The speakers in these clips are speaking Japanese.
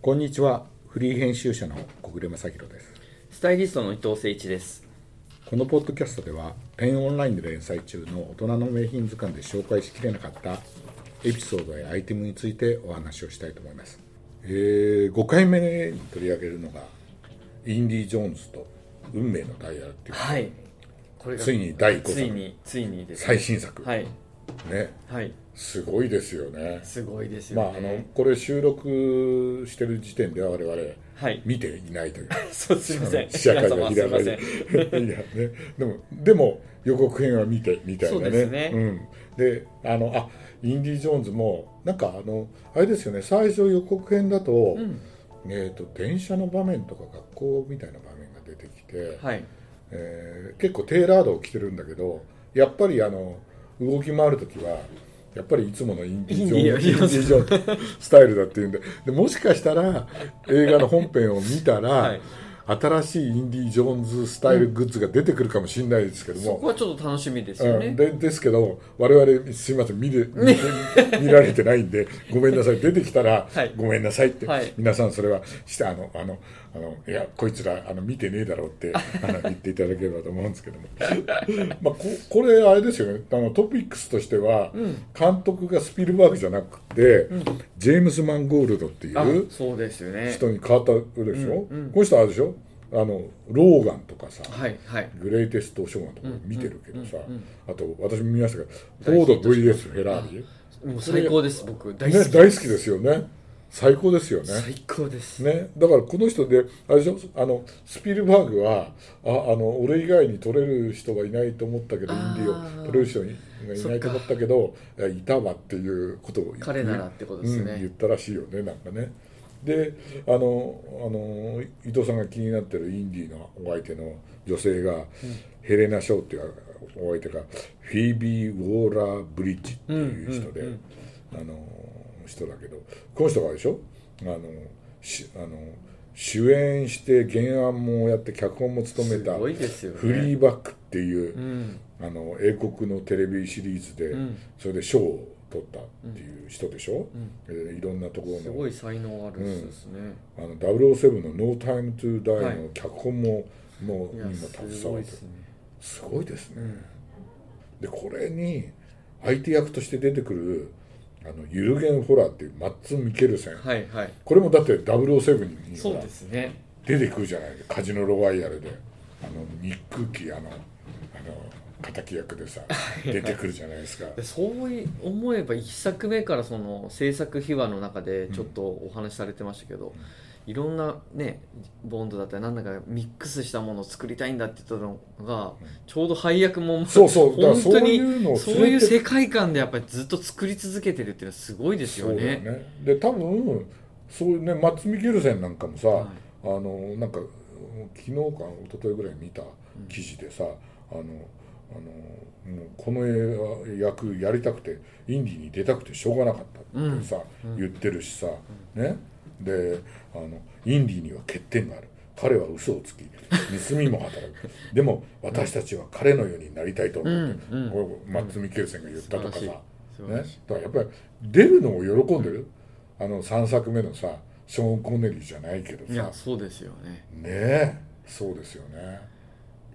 こんにちはフリー編集者の小暮正弘ですスタイリストの伊藤誠一です。このポッドキャストではペンオンラインで連載中の大人の名品図鑑で紹介しきれなかったエピソードやアイテムについてお話をしたいと思います、えー5回目に取り上げるのが「インディ・ジョーンズと運命のダイヤル」っていうはい。これついに第5つい作についにです、最新作、はいねはい。すごいですよねすごいですよまあね。あのこれ収録してる時点では我々はい 見ていないという、そうすみません。記者会が皆開様すかみまれせる。ん いやねでもでも予告編は見てみたいなねそうですねん、であのあインディ・ジョーンズもなんかあのあれですよね最初予告編だと,、んえー、と電車の場面とか学校みたいな場面が出てきて、はい。えー結構テーラードを着てるんだけどやっぱりあの動き回る時はやっぱりいつものインディ・ジョーンズインディインディジョーンズスタイルだっていうんででもしかしたら映画の本編を見たら、はい新しいインディ・ジョーンズスタイルグッズが出てくるかもしれないですけどそこも、はちょっと楽しみですうよんね。でですけど我々すいません見 れ見見られてないんでごめんなさい出てきたら、はいごめんなさいって、はい皆さんそれはしてあのあのあのいやこいつらあの見てねえだろうって あの言っていただければと思うんですけども まあここれあれですよねあのトピックスとしては、監督がスピルバーグじゃなくて、ジェームス・マンゴールドっていあう、そうですよね。人に変わったでしょ、この人はあれでしょあのローガンとかさ、はいはい。グレイテストショーマンとか見てるけどさ、あと私も見ましたけどフォード VS フェラーリ、もう最高です僕大ね、好大き。好きですよね最高ですよね最高です。ね、だからこの人であれでしょあのスピルバーグはああの俺以外に取れる人はいないと思ったけどイあーンディを取れる人がいないと思ったけどいやいたわっていうことを言う彼ならってことですねうん言ったらしいよねなんかねであのあの伊藤さんが気になってるインディのお相手の女性が、ヘレナ・ショーっていうお相手がフィービー・ウォーラー・ブリッジっていう人で、あの人だけどこの人があれでしょあのしあの主演して原案もやって脚本も務めすたごいですよね。フリーバックっていう、うん。あの英国のテレビシリーズで、んそれで賞を取ったっていう人でしょ、えーいろんなとこすろごのい才能ある人ですね。あの007の「No Time to Die はい」の脚本も、もうい今やす携ごわいっでてすね。すごいですね、でこれに相手役として出てくるあのユルゲン・ホラーっていうマッツ・ミケルセンはいはい。これもだって007にそうほらですね。出てくるじゃないカジノロワイヤルであのニック・キーあのあの敵役でさ出てくるじゃないです かでそうい思えば1作目からその制作秘話の中でちょっとお話しされてましたけど、いろんなねボンドだったりなんだかミックスしたものを作りたいんだって言ったのが、ちょうど配役もそうそうだから本当そうにいうのを連れてそういう世界観でやっぱりずっと作り続けてるっていうのはすごいですよね。そうだよねで多分そういうねマッツ・ミケルセンなんかもさ、はいあのなんか昨日か一昨日ぐらい見た記事でさ、あのあのもうこの映画役やりたくてインディに出たくてしょうがなかったってさ、言ってるしさ、ねであのインディには欠点がある彼は嘘をつき盗みも働 くでも私たちは彼のようになりたいと思って、うんうんこれマッツ・ミケルセンが言ったとかさ、素晴らしい素ね、だから晴らしいやっぱり出るのを喜んでる、あの3作目のさショーン・コネリーじゃないけどいさやそうですよね。ねえそうですよね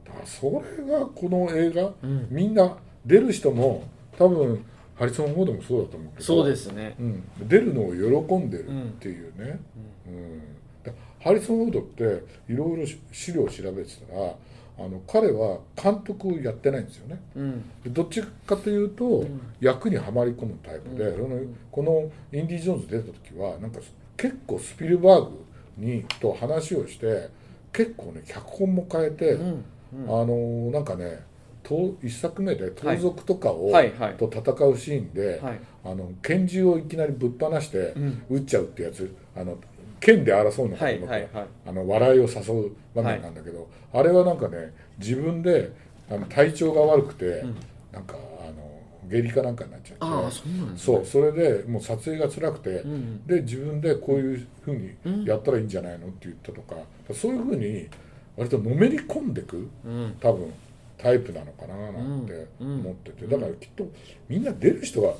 だからそれがこの映画、みんな出る人も多分ハリソン・フォードもそうだと思うけどそうですね。うん、出るのを喜んでるっていうね、うんだハリソン・フォードっていろいろ資料を調べてたらあの彼は監督をやってないんですよねうん。でどっちかというと、役にはまり込むタイプで、そのこの「インディ・ジョーンズ」出た時はなんか結構スピルバーグにと話をして結構ね脚本も変えて、うん。あのーなんかねと一作目で盗賊とかを、はいはいと戦うシーンで、はいあの拳銃をいきなりぶっ放してん撃っちゃうってやつ、あの剣で争うのかと思ったら、はいはいはいあの笑いを誘う場面なんだけど、あれはなんかね自分であの体調が悪くて、なんかあの下痢かなんかになっちゃってああそうなんですね。そうそれでもう撮影が辛くて、んで自分でこういうふうにやったらいいんじゃないのって言ったとか、そういうふうに割とのめり込んでくうん。多分タイプなのかななんてうんうん思ってて、だからきっとみんな出る人が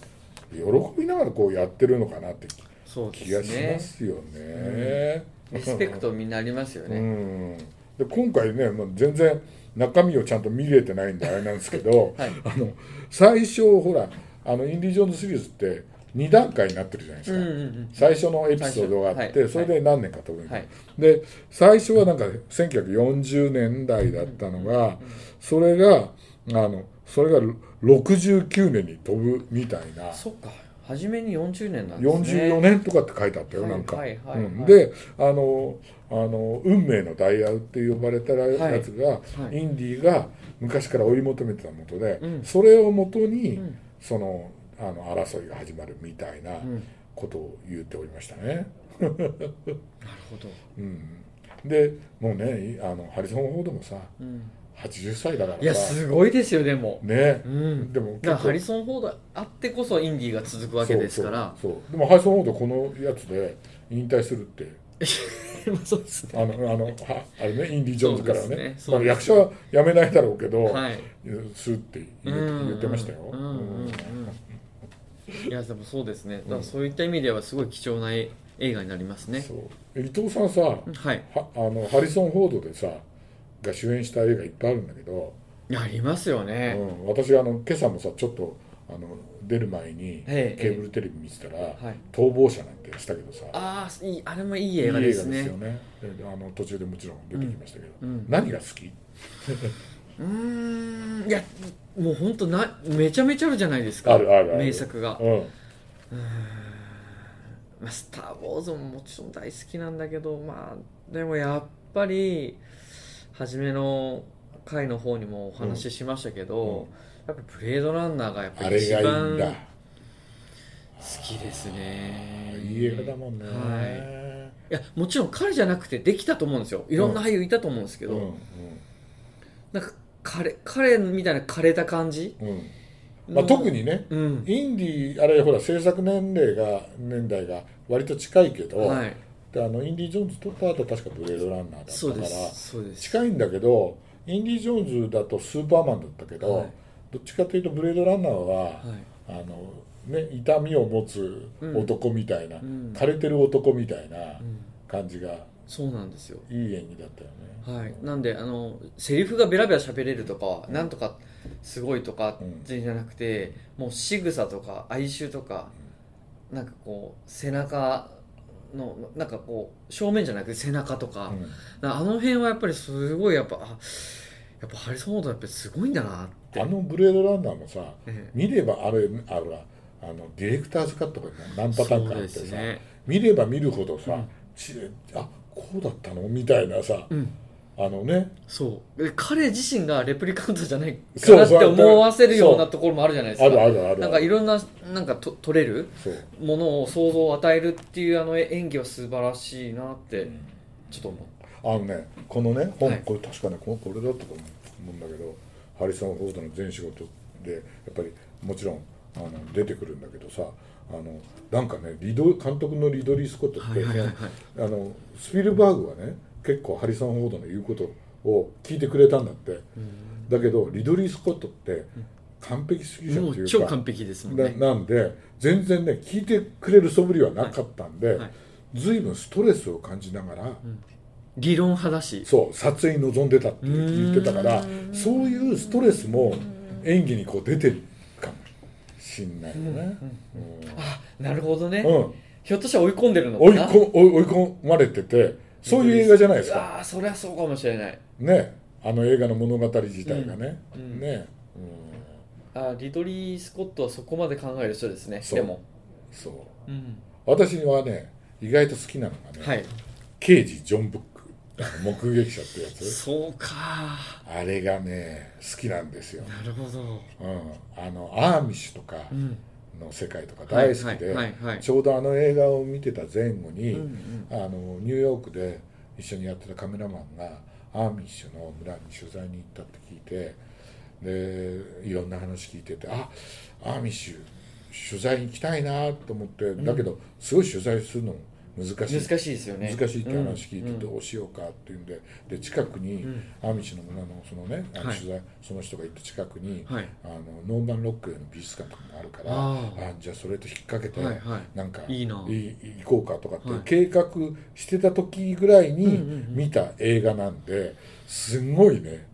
喜びながらこうやってるのかなってそう気がでしすねますよね。リスペクトみんなありますようね、、ん、で今回ね、まあ、全然中身をちゃんと見れてないんであれなんですけどはいあの最初ほらあのインディ・ジョーンズシリーズって2段階になってるじゃないでうすん、か、うんうん最初のエピソードがあって、最初はいそれで何年か飛ぶみたはいいなで最初はなんか1940年代だったのが、それがあのそれが69年に飛ぶみたいな。そっか初めに40年なんですね44年とかって書いてあったよ、はいなんか、はいはいはいうんであのあの「運命のダイヤル」って呼ばれたらはいやつが、はいインディーが昔から追い求めてたもとで、うんそれをもとに、うんそのあの争いが始まるみたいなうん、なることを言っておりましたね。ほど、うん、でもうねいあのハリソン・フォードもさうん、 80歳だからさいやすごいですよでもねう、んでもだからハリソン・フォードあってこそインディーが続くわけですからそうそうそうでもハリソン・フォードこのやつで引退するって。まあそうですねあのあのはあれねインディ・ジョーンズからはそねうですねまあ、役者は辞めないだろうけど、はいすって言う言ってましたよ。うんうんうんうんいやでもそうですねだからそういった意味ではすごい貴重な映画になりますねそう伊藤さんさははいあのハリソン・フォードでさが主演した映画いっぱいあるんだけど、いやありますようね、ん、私あの今朝もさちょっとあの出る前にえケえーブルテレビ見てたらはい「逃亡者」なんてしたけどさああいいあれもいいいい映映画画でですすよねねであの途中でもちろん出てきましたけど、うんうん何が好きうーんいやもう本当なめちゃめちゃあるじゃないですかあるあるある名作が、うんまあ、スター・ウォーズももちろん大好きなんだけどまあでもやっぱり初めの回の方にもお話ししましたけど、やっぱブレードランナーがやっぱありれ一がいいん番好だ。きですねいい映画だもんね。はいいやもちろん彼じゃなくてできたと思うんですよいろんな俳優いたと思うんですけうど、んなんか彼彼みたいな枯れた感じ、うんうん。まあ特にね、うんインディーあれほら制作年齢が年代が割と近いけど、はいであのインディージョーンズ撮った後確かブレードランナーだったそうでからすそうです近いんだけど、インディージョーンズだとスーパーマンだったけど、はいどっちかというとブレードランナーは、はいあのね痛みを持つ男みたいな、ん枯れてる男みたいなうん感じがそうなんですよいい演技だったよね。はい、なんであのセリフがベラベラ喋れるとか、なんとかすごいとかうんじゃなくて、もう仕草とか哀愁とか、なんかこう背中のなんかこう正面じゃなくて背中とか,、うんあの辺はやっぱりすごいやっぱあやっぱハリソン・フォードやっぱりすごいんだなってあのブレードランナーもさ、え見ればあれあれはあのディレクターズカットが何えパターンかあそうっでてさ、すね見れば見るほどさ、うんちあこうだったのみたいなさうんあのねそうで彼自身がレプリカントじゃないかそうなってそう思わせるようなそうところもあるじゃないですあかるあるあるなんかいろんななんかと取れるそう、ものを想像を与えるっていうあの演技は素晴らしいなってうんちょっと思あのねこのね本、はいこれ確かねここれだったと思うんだけどハリソン・フォードの全仕事でやっぱりもちろんあの出てくるんだけどさあのなんかねリド監督のリドリー・スコットって、はいはいはいあのスピルバーグはね結構ハリソン・フォードの言うことを聞いてくれたんだって。だけどリドリー・スコットって完璧主義うも者といううか超完璧ですもんねななんで全然ね聞いてくれる素振りはなかったんで、はい随分ストレスを感じながら、理論派だしそう撮影に臨んでたって言ってたからそういうストレスも演技にこう出てるかもしんないよね。あなるほどね、うんうんひょっとしたら追い込んでるのか追いなこ追い追い込まれててそういう映画じゃないですかああそりゃそうかもしれないねあの映画の物語自体がね。うんうんね、うん、あーリドリー・スコットはそこまで考える人ですねそうでも、そううん、私はね意外と好きなのがね、はい刑事ジョン・ブックあの目撃者ってやつ そうかあれがね好きなんですよ、なるほどうん、あのアーミッシュとかうんの世界とか大好きで、はいはいはいちょうどあの映画を見てた前後に、うんうんあのニューヨークで一緒にやってたカメラマンがアーミッシュの村に取材に行ったって聞いてでいろんな話聞いててあアーミッシュ取材に行きたいなと思ってだけどすごい取材するの難し難しいいですよね難しいって話聞いてうんどうしようかっていうんでで近くにうんアミシの村のそのねあのはい取材その人が行った近くにはいあのノーマンロックへの美術館とかもあるからあーあじゃあそれと引っ掛けてはいはいなんかいいない行こうかとかってはい計画してた時ぐらいにうんうんうん見た映画なんですごいね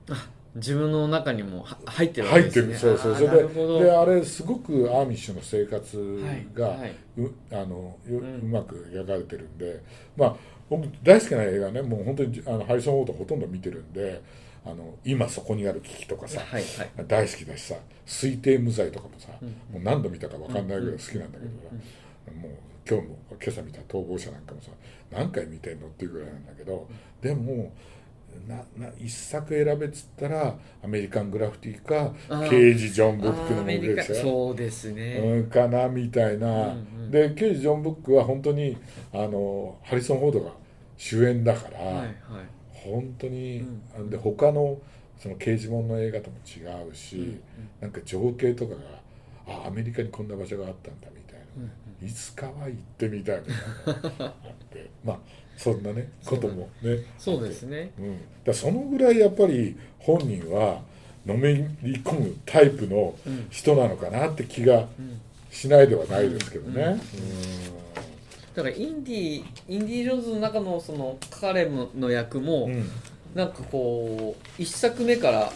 自分の中にもは入ってるわけ入っでてするそうねそうあそーれなるほどでであれすごくアーミッシュの生活が、はいはいうあのよううんまく描かれてるんで、まあ、僕大好きな映画ねもう本当にあのハリソン・フォードほとんど見てるんであの今そこにある危機とかさ、はいはい大好きだしさ推定無罪とかもさ、うんもう何度見たか分かんないぐらい好きなんだけどさ、うんもう今日も今朝見た逃亡者なんかもさ何回見てんのっていうぐらいなんだけどでもなな一作選べっつったらアメリカン・グラフィティかあー刑事ジョン・ブあックのーアものメリでカすよそうですね、うん、かなみたいな、うんうんで刑事ジョン・ブックは本当にあのハリソン・フォードが主演だから、はいはい本当に、うんで他のその刑事ものの映画とも違うし、うんうんなんか情景とかがあアメリカにこんな場所があったんだみたいな、ねいつかは行ってみたいなのがあって まあそんなねこともねそうですねうん、だからそのぐらいやっぱり本人はのめり込むタイプのうん人なのかなって気がうんしないではないですけどね。うんうんだからインディインディ・ジョーンズの中のその彼の役も、うんなんかこう一作目から、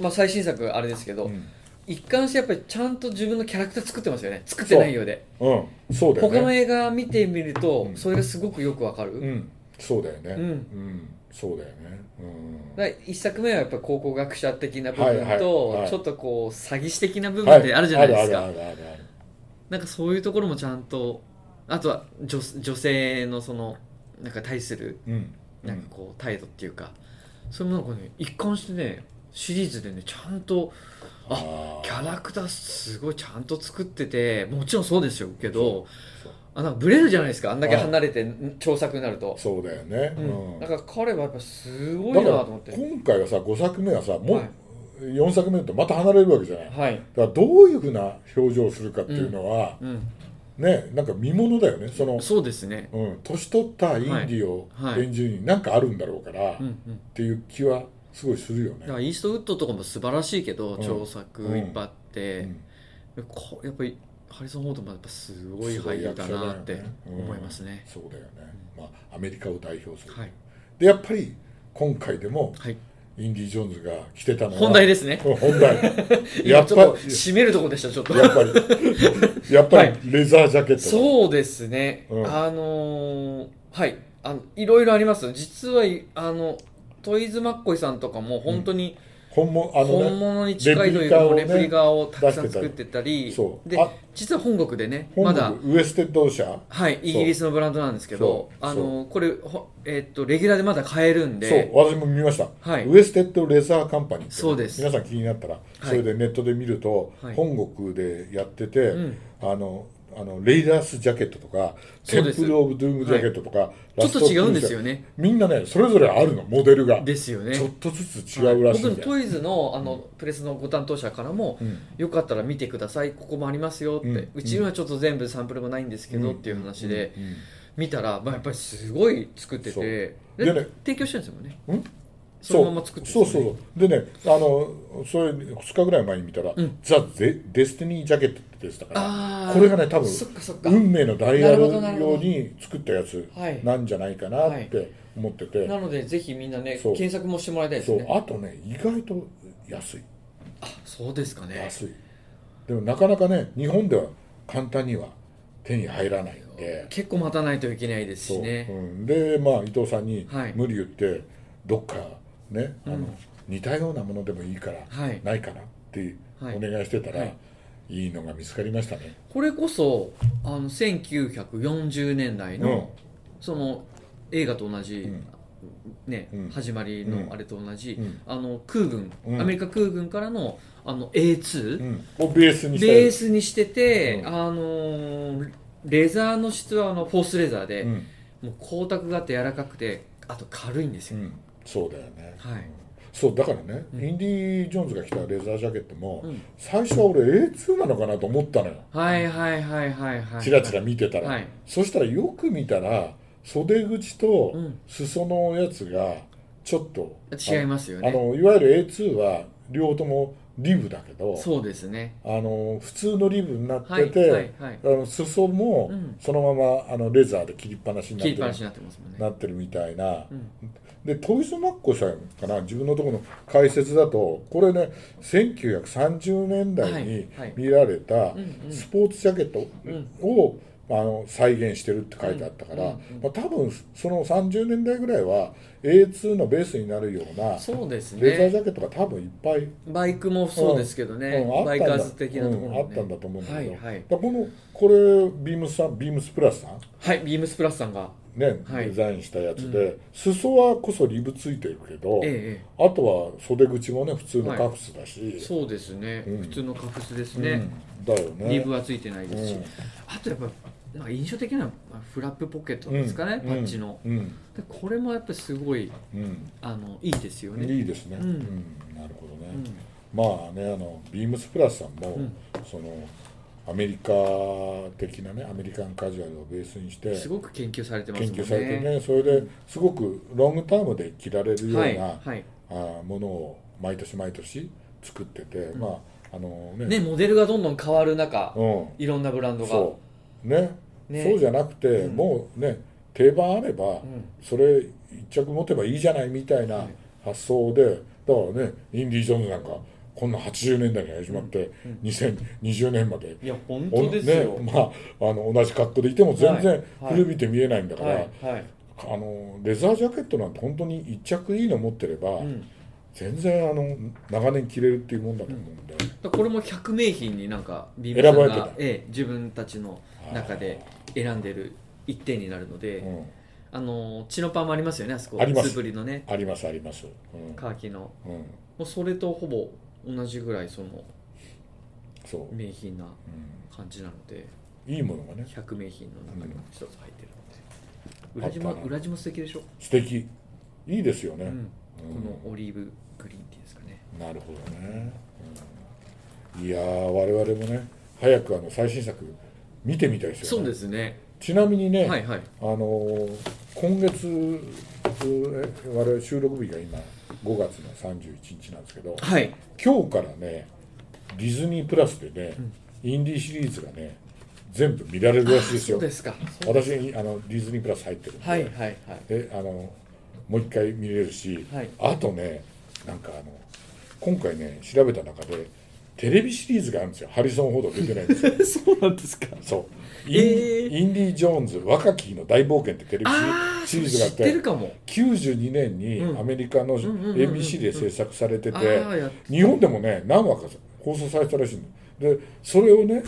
まあ、最新作あれですけど、うん一貫してやっぱりちゃんと自分のキャラクター作ってますよね作ってないようでうん、そうだよね。他の映画見てみると、うんそれがすごくよくわかる、うだかん、そうだよね。うんそうだよね。うん、ら一作目はやっぱり考古学者的な部は分いと、はいはいちょっとこう詐欺師的な部は分であるじゃないですか、あるあるあるあるなんかそういうところもちゃんとあとは女女性のそのなんか対するうん、なんかこう態度っていうか、それもなんかね一貫してねシリーズでねちゃんとああキャラクターすごいちゃんと作っててもちろんそうですよけどそうあなんかブレるじゃないですかあんだけ離れて調作になると、そうだよね。うん、だから彼はやっぱすごいだなかとら思って今回はさ5作目はさも、はいう四4作目とまた離れるわけじゃない、だかはい、らどういうふうな表情をするかっていうのは、うん、ねなんか見ものだよねその、そうですねうん、年取ったインディをはいはい演じるに何かあるんだろうから、うんうっんていう気はすごいするよねだか。らイーストウッドとかも素晴らしいけど、うん調作いっぱいあって、うんこやっぱりハリソン・フォードもやっぱすごい俳優だなって思いますね。そうだよね、まあ、アメリカを代表する、はい、でやっぱり今回でもはい、インディ・ジョーンズが着てたのは本題ですすね。本題や 今っちぱょっと締めるとこでしたちょっと。やっぱり やっぱはりレザージャケット、そうですね。うんあのーはい、あのいろいろあります。実はいあのトイズマッコイさんとかも本当に本物あの本ね物に近いというか、レレプリカをねプリカをたくさん作ってたり、そうであ実は本国でねま本だ。国ウエステッド社はい、イギリスのブランドなんですけどそうあのこれ、ほえっとレギュラーでまだ買えるんそうで私も見ました、はいウエステッドレザーカンパニーってそうです皆さん気になったら、いそれでネットで見ると、はい本国でやってて、うんあのあのレイダースジャケットとかそテうですンプル・オブ・ドゥームジャケットとか、ちょラっストとオブ違うんですキンよねみんなねそれぞれあるのモデルが、ですよねちょっとずつ違うらしいん僕のだよ、トイズのあのプレスのご担当者からも、うんよかったら見てくださいここもありますよって、うんうちにはちょっと全部サンプルもないんですけど、うんっていう話で、うんうん見たら、まあ、やっぱりすごい作ってそうてででね提供してるんですもんねうんそのまま作ってるんそうですそようねそうでねあのそれ2日ぐらい前に見たら「うんザ・デデスティニー・ジャケット」って出てたからあーこれがね多分そっかそっか運命のダイヤルなるほどなるほど用に作ったやつはいなんじゃないかなって思ってて、なのでぜひみんなねそう検索もしてもらいたいですそうねあとね意外と安いあそうですかね安いでもなかなかね日本では簡単には手に入らないんで結構待たないといけないですしねそううん、でまあ伊藤さんにはい無理言ってどっかね、あうのん似たようなものでもいいから、はいないかなってはいお願いしてたら、はいい、いのが見つかりましたね。これこそあの1940年代の、うんその映画と同じ、うんねうん始まりのあれと同じ、うんあの空軍、うんアメリカ空軍からのあの A2、うん、をベースにしてベースにしてて、うんあのーレザーの質はあのフォースレザーで、うんもう光沢があって柔らかくてあと軽いんですうよ、ん、そうだよね。はいそうだからね、うんインディ・ジョーンズが着たレザージャケットも、うん最初は俺 A2 なのかなと思ったのよ、はいはいはいはいはいチラチラ見てたら、はいそしたらよく見たら袖口とうん裾のやつがちょっと、違いますよあねのいわゆる A2 は両方ともリブだけどそうですねあの普通のリブになっはていて、はいはいあの裾もうんそのままあのレザーで切りっぱなしになって切りっる,、ぱなしになってますもんねなってるみたいなう、んでトイズ・マッコさんかな自分のところの解説だとこれね1930年代にはいはい見られたうんうんスポーツジャケットうんを、あの再現してるって書いてあったから、うんうんうんまあ、多分その30年代ぐらいは A2 のベースになるようなそうですレザージねャケットが多分いっぱいバイクもそうですけどねうんバあっイたんだカーズ的なところもねうんあったんだと思うんだけど、はいはだいからこのこれビームスさんビームスプラスさんはいビームスプラスさんがね、はいデザインしたやつで、裾はこそリブついてるけど、ええあとは袖口もね普通のカフスだし、ええそうですねうん普通のカフスですねうんだよねリブはついてないですしうんあとやっぱなんか印象的なのはフラップポケットですかねうんパッチのうん、でこれもやっぱりすごいうんあのいいですよねいいですね、うんうんなるほどね、うんまあねあのビームスプラスさんも、うんそのアメリカ的なねアメリカンカジュアルをベースにしてすごく研究されてま研すも究んねされてねそれですごくロングタームで着られるような、はいはいあーものを毎年毎年作ってて、んまああのねねモデルがどんどん変わる中ういろんなブランドんがそうねねそうじゃなくて、うんもうね定番あれば、うんそれ一着持てばいいじゃないみたいなはい発想で、だからねインディ・ジョーンズなんかこんな80年代に始まって、うんうん2020年までいや本お当ですよ、ねまあ、あの同じ格好でいても全は然いはい古びて見えないんだから、はいはい、あのレザージャケットなんて本当に一着いいの持ってれば、うん、全然あの長年着れるっていうもんだと思うんで、だからこれも100名品になんかビーム選ばさんれてたが、ええ、自分たちの中で選んでる一点になるので、うんあのチノパンもありますよねあそこありますつぶりのねありますあります、うんカーキのもうん、うそれとほぼ同じぐらいそのそう、う、名品なん感じなのでいいものがね100名品の中にも一つ入ってるので、うん裏島あったな裏島素敵でしょ、素敵いいですよね、うん、うんこのオリーブグリーンっていうんですかねなるほどね、うんいやー我々もね早くあの最新作見てみたいですよそうねですねちなみにね、はいはいあのー今月え我々収録日が今5月の31日なんですけどはい今日からねディズニープラスでね、インディーシリーズがね全部見られるらしいですそうよですかそう私あのディズニープラス入ってるんで,、はいはい はいであのもう一回見れるし、はいあとねなんかあの今回ね調べた中でテレビシリーズがあるんですよハリソン・フォード出てないん ですよそうなんですかそうイン,、えーインディ・ジョーンズ若き日の大冒険ってテレビああシリーズがあっ知っててるかも92年うんにアメリカのんうんうんうん ABC で制作されてああて、やっ日本でもね何話か放送されてたらしいのでそれをね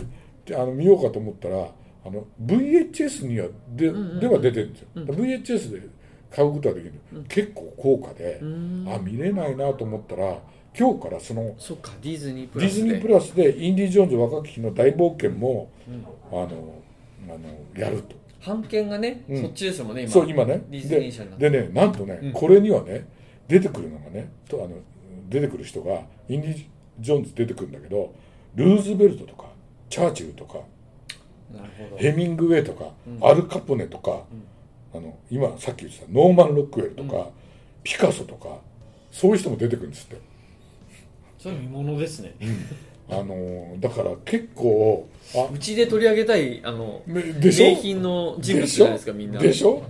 であの見ようかと思ったらあの VHS にはで,、うんうんでは出てるんですよ、うん VHS で買うことはできる、結構高価でう、ーんあ見れないなと思ったら今日からそのそっかディズニープディラスズでニープラスで「インディ・ジョーンズ若き日の大冒険も」うんあのあのやると版権がね、うんそっちですもんね今そう今ねディズニー社になってででねなんとね、うんこれにはね出てくるのがねとあの出てくる人がインディ・ジョーンズ出てくるんだけどルーズベルトとかチャーチルとかなるほどヘミングウェイとか、うんアル・カポネとか、あの今さっき言ってたノーマン・ロックウェルとか、ピカソとかそういう人も出てくるんですって。それ見ものですねあのーだから結構あうちで取り上げたいあのねでしょ名品の人物じゃないですかみんなでしょ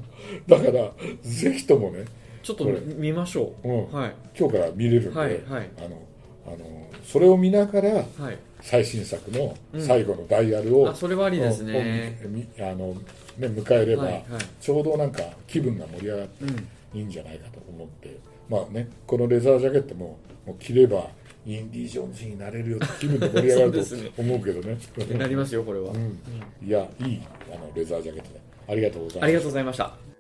だからぜひともねちょっとこれ見ましょう、うんはい今日から見れるんで、はいはいあのあのそれを見ながらはい最新作のうん最後のダイヤルを、あそれはありですねをみあのね迎えれば、はいはいちょうどなんか気分が盛り上がってうんいいんじゃないかと思ってまあねこのレザージャケットももう着ればインディ・ージョーンズになれるよって気分が盛り上がる そうですねと思うけどねなりますよこれは、うんいやいいあのレザージャケットでありがとうございますありがとうございました